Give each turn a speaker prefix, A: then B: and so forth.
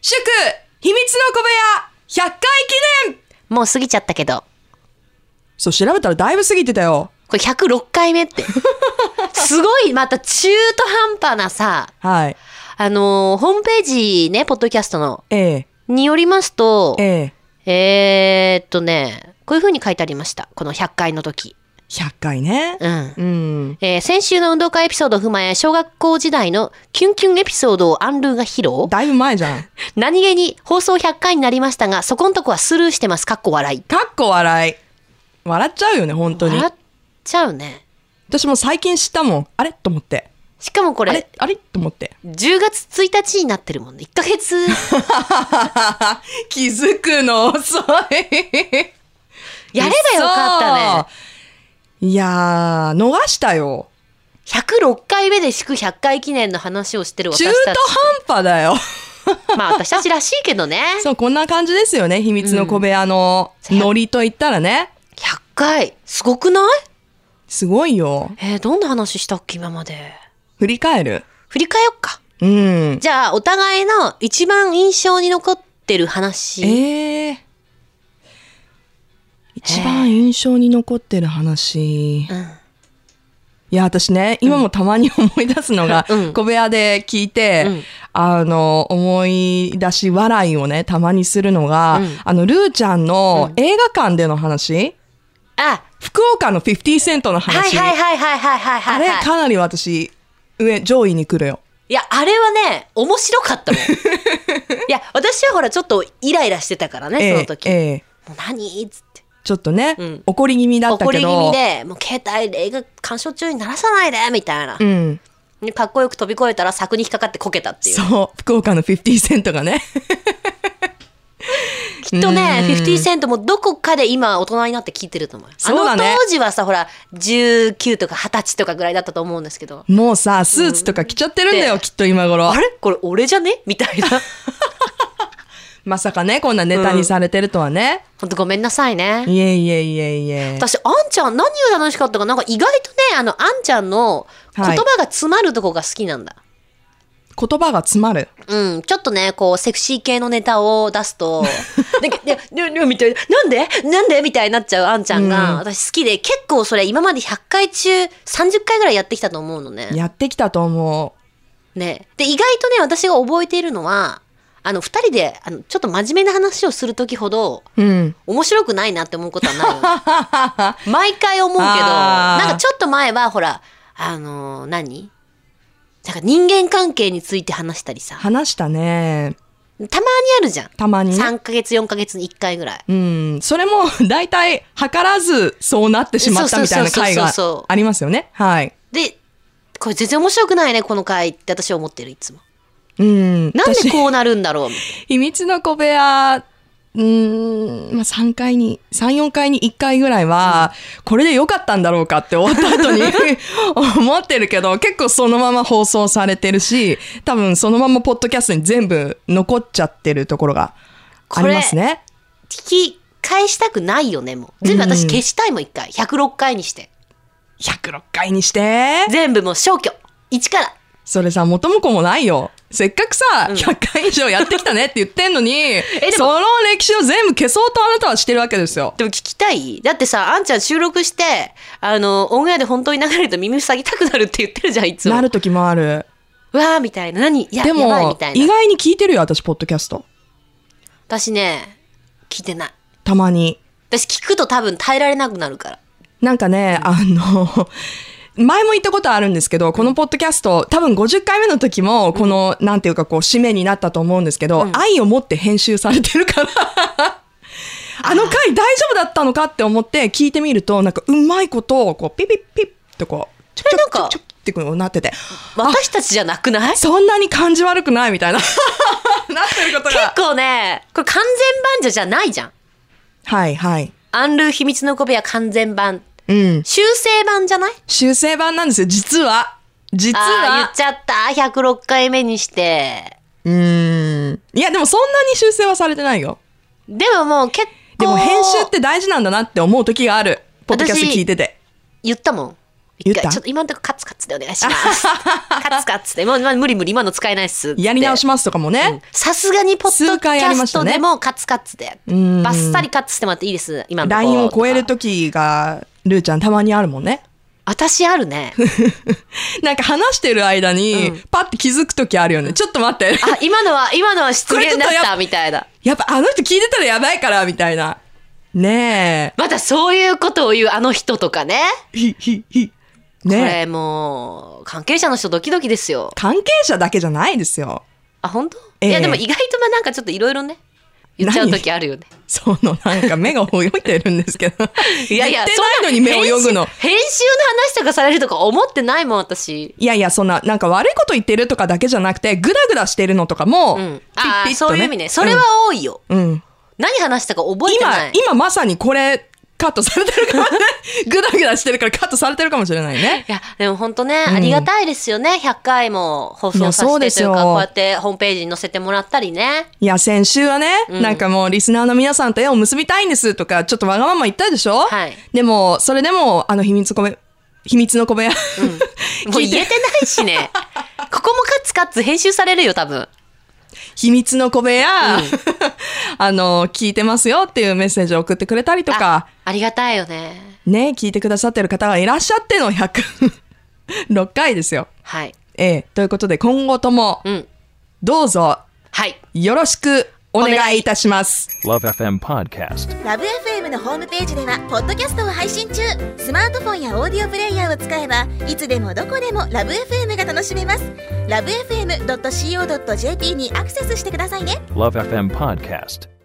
A: 祝秘密の小部屋100回記念
B: もう過ぎちゃったけど。
A: そう、調べたらだいぶ過ぎてたよ。
B: これ106回目 って。すごい、また中途半端なさ、
A: はい。
B: あのーホームページね、ポッドキャストの、
A: ええ
B: によりますと、
A: ええ
B: えーっとね、こういう風に書いてありました。この100回の時。
A: 100回ね。
B: うん。
A: うん。
B: えー先週の運動会エピソードを踏まえ、小学校時代のキュンキュンエピソードをアンルーが披露。
A: だいぶ前じゃん。
B: 何気に放送100回になりましたが、そこんとこはスルーしてます。かっこ笑い。
A: かっこ笑い。笑っちゃうよね、本当に
B: 笑。っちゃうね。
A: 私も最近知ったもん。あれと思って。
B: しかもこ
A: あれ
B: れ、
A: あれと思って。
B: 10月1日になってるもんね。1ヶ月。
A: 気づくの遅 い。
B: やればよかったね。
A: 嘘。いやー、逃したよ。
B: 106回目で祝100回記念の話をしてる
A: 中
B: 私
A: 途
B: たち。
A: 半端だよ。
B: まあ私たちらしいけどね。
A: そう、こんな感じですよね。秘密の小部屋の
B: うん
A: ノリと言ったらね。
B: 100回、すごくない
A: すごいよ。
B: えーどんな話したっけ今まで。
A: 振り返る。
B: 振り返よっか。
A: うん。
B: じゃあ、お互いの一番印象に残ってる話。
A: ええ一番印象に残ってる話。
B: うん。
A: いや、私ね、今もたまに思い出すのが、
B: うん
A: 小部屋で聞いて、
B: うん
A: あの、思い出し笑いをね、たまにするのが、
B: うん
A: あの、ルーちゃんの
B: う
A: 映画館での話、
B: あ、
A: 福岡の50セントの
B: はい
A: 話。
B: はいはいはいはいはいはい、
A: あれ、かなり私、上、上位に来るよ。
B: いや、あれはね、面白 かったもん。いや、私はほら、ちょっとイライラしてたからね、その時。
A: ええええ
B: もう何っつって。
A: ちょっとね、
B: うん
A: 怒り気味だった
B: 怒
A: け
B: り気
A: ど。
B: 味で、もう携帯で映画鑑賞中に鳴らさないで、みたいな
A: う。ん。
B: でかっこよく飛び越えたら柵に引っかかってこけたっていう。
A: そう、福岡の50セントがね。
B: きっとね、50セントもどこかで今大人になって聞いてると思う。あ
A: そうだ
B: の
A: ね
B: 当時はさ、ほら、19とか20歳とかぐらいだったと思うんですけど、
A: もうさ、スーツとか着ちゃってるんだよ、
B: で
A: きっと今頃。
B: あれこれ俺じゃねみ たいな。
A: まさかね、こんなネタにされてるとはね。
B: ほんとごめんなさいね。
A: いえいえいえいえ。
B: 私、あんちゃん、何が楽しかったか、なんか意外とね、あの、あんちゃんの言
A: はい
B: 葉が詰まるとこが好きなんだ。
A: 言葉が詰まる。
B: うん、ちょっとね、こう、セクシー系のネタを出 すと、で、で、で、で、みたいな、なんでなんでみたいになっちゃうあんちゃんが、
A: うん
B: 私好きで、結構それ今まで100回中30回ぐらいやってきたと思うのね。
A: やってきたと思
B: ね。で、意外とね、私が覚えているのは、あの、二人で、あの、ちょっと真面目な話をするときほど、
A: う。うん。
B: 面白くないなって思うことはないよ。 毎回思うけど、
A: あー
B: なんかちょっと前は、ほら、あのー何なんか人間関係について話したりさ、たま
A: 話したね。
B: にあるじゃん。
A: たまにね。
B: 3ヶ月、4ヶ月に1回ぐらい。
A: うん。それも、 大体、計らず、そうなってしまったみたいな回が
B: そうそうそうそうそう
A: ありますよね。はい。
B: で、これ全然面白くないね、この回って私は思ってる、いつも。
A: うん。
B: なんで
A: 私
B: こうなるんだろうみたい
A: 秘密の小部屋、うーん、まあ、3回に、3、4回に1回ぐらいは、これで良かったんだろうかって終わった 後に思ってるけど、結構そのまま放送されてるし、多分そのままポッドキャストに全部残っちゃってるところがありますね。
B: な。聞き返したくないよね、もう。全部私消したいもん、1回。106回にして。
A: 106回にして。
B: 全部もう消去。1から。
A: それさ、元も子もないよ。せっかくさ、100回以上やってきたねって言ってんのに、
B: で
A: そ
B: も
A: の歴史を全部消そうとあなたはしてるわけですよ。
B: でも聞きたいだってさ、あんちゃん収録して、あの、オンエアで本当に流れると耳塞ぎたくなるって言ってるじゃん、いつも。
A: な
B: わ
A: る時もある。
B: ーみたいな。何いや、
A: で
B: やばい
A: も
B: みた、い
A: 意
B: な。
A: 外に聞いてるよ、私、ポッドキャスト。
B: 私ね、聞いてない。
A: たまに。
B: 私聞くと多分耐えられなくなるから。
A: なんかね、あの、 前も言ったことあるんですけど、このポッドキャスト、多分50回目の時も、この、なんていうか、こう、締めになったと思うんですけど、愛を持って編集されてる から、あの回大丈夫だったのかって思って聞いてみると、なんか、うまいことを、こう、ピピッピッとこう、ちょ
B: えなん
A: ちょ
B: か
A: ちょってこうなってて、
B: 私たちじゃなくない結
A: そんなに感じ悪くないみたいな、 なってることが。
B: 構ね、これ完全版じゃじゃないじゃん。
A: はいはい。
B: アンルー秘密の小部屋完全版。
A: うん。
B: 修正版じゃない
A: 修正版なんですよ、実は。実
B: ああ、言っ
A: は。
B: ちゃった。106回目にして。
A: うーん。いや、でもそんなに修正はされてないよ。
B: でももう結構。
A: でも編集って大事なんだなって思う時がある。ポッドキャスト聞いてて。
B: 言ったもん。
A: 言った
B: 一回ちょっと今のとこカツカツ。ツでお願いし ます。カツカツで、もう、まあ、無理無理、今の使えないっすって。
A: やり直しますとかもね。
B: さすがにポッド
A: 数
B: キ
A: 回や
B: ャ
A: りま
B: ス
A: した
B: ト
A: ね
B: でもカツカツで。
A: ん
B: バッサリカツしてもらっていいです、今のとこ
A: ラ
B: ろ
A: インを超える。時が、ルーちゃんたまにあるもんね。
B: 私あるね。
A: なんか話してる間に、パッて気づく時あるよね。ちょっと待って。
B: あ、今のは、今のは失言だっ
A: これちょっと
B: た、
A: や
B: みたいな。
A: やっぱあの人聞いてたらやばいから、みたいな。ね
B: またそういうことを言うあの人とかね。
A: え。ひ、ひ、ひ。
B: こ
A: ねえ。
B: れもう、関係者の人ドキドキですよ。
A: 関係者だけじゃないですよ。
B: あ、本当、
A: ええ
B: いや、でも意外とまあなんかちょっといろいろね、言っちゃう時あるよね。
A: そのなんか目が泳いでるんですけど。
B: いやい
A: 言
B: や、
A: ってないのに目を泳ぐの。
B: 編集編集の話とかされるとか思ってないもん、私。
A: いやいや、そんな、なんか悪いこと言ってるとかだけじゃなくて、グダグダしてるのとかも、
B: うん。
A: ピッ
B: あ
A: ピッ
B: あ、
A: と
B: そういう意味ね。それは、多いよ。
A: うん。うん
B: 何話したか覚えてな
A: 今
B: い、。
A: 今まさにこれ、カットされてる からね。グダグダしてるからカットされてるかもしれないね。
B: いや、でも本当ね、ありがたいですよね。100回も放
A: い
B: 送
A: や
B: させ
A: そうで
B: てと
A: す
B: いう
A: よ
B: か、こうやってホームページに載せてもらったりね。
A: いや、先週はね、
B: うん
A: なんかもうリスナーの皆さんと縁を結びたいんですとか、ちょっとわがまま言ったでしょ
B: はい
A: でも、それでも、あの、秘密小部、秘密の小部屋。
B: もう
A: 聞いて
B: 言えてない しね。ここもカツカツ編集されるよ、多分。
A: 秘密の小部屋、 あの、聞いてますよっていうメッセージを送ってくれたりとか
B: あ、ありがたいよね。
A: ね、聞いてくださってる方がいらっしゃっての106回ですよ。
B: はい。
A: ええ、ということで今後とも
B: うん。
A: どうぞ
B: はい。
A: よろしくお願いいたします。
C: Love FM Podcast.
D: ラブ f m のホームページではポッドキャストを配信中スマートフォンやオーディオプレイヤーを使えばいつでもどこでもラブ f m が楽しめますラブ FM.co.jp にアクセスしてくださいね
C: Love FM Podcast.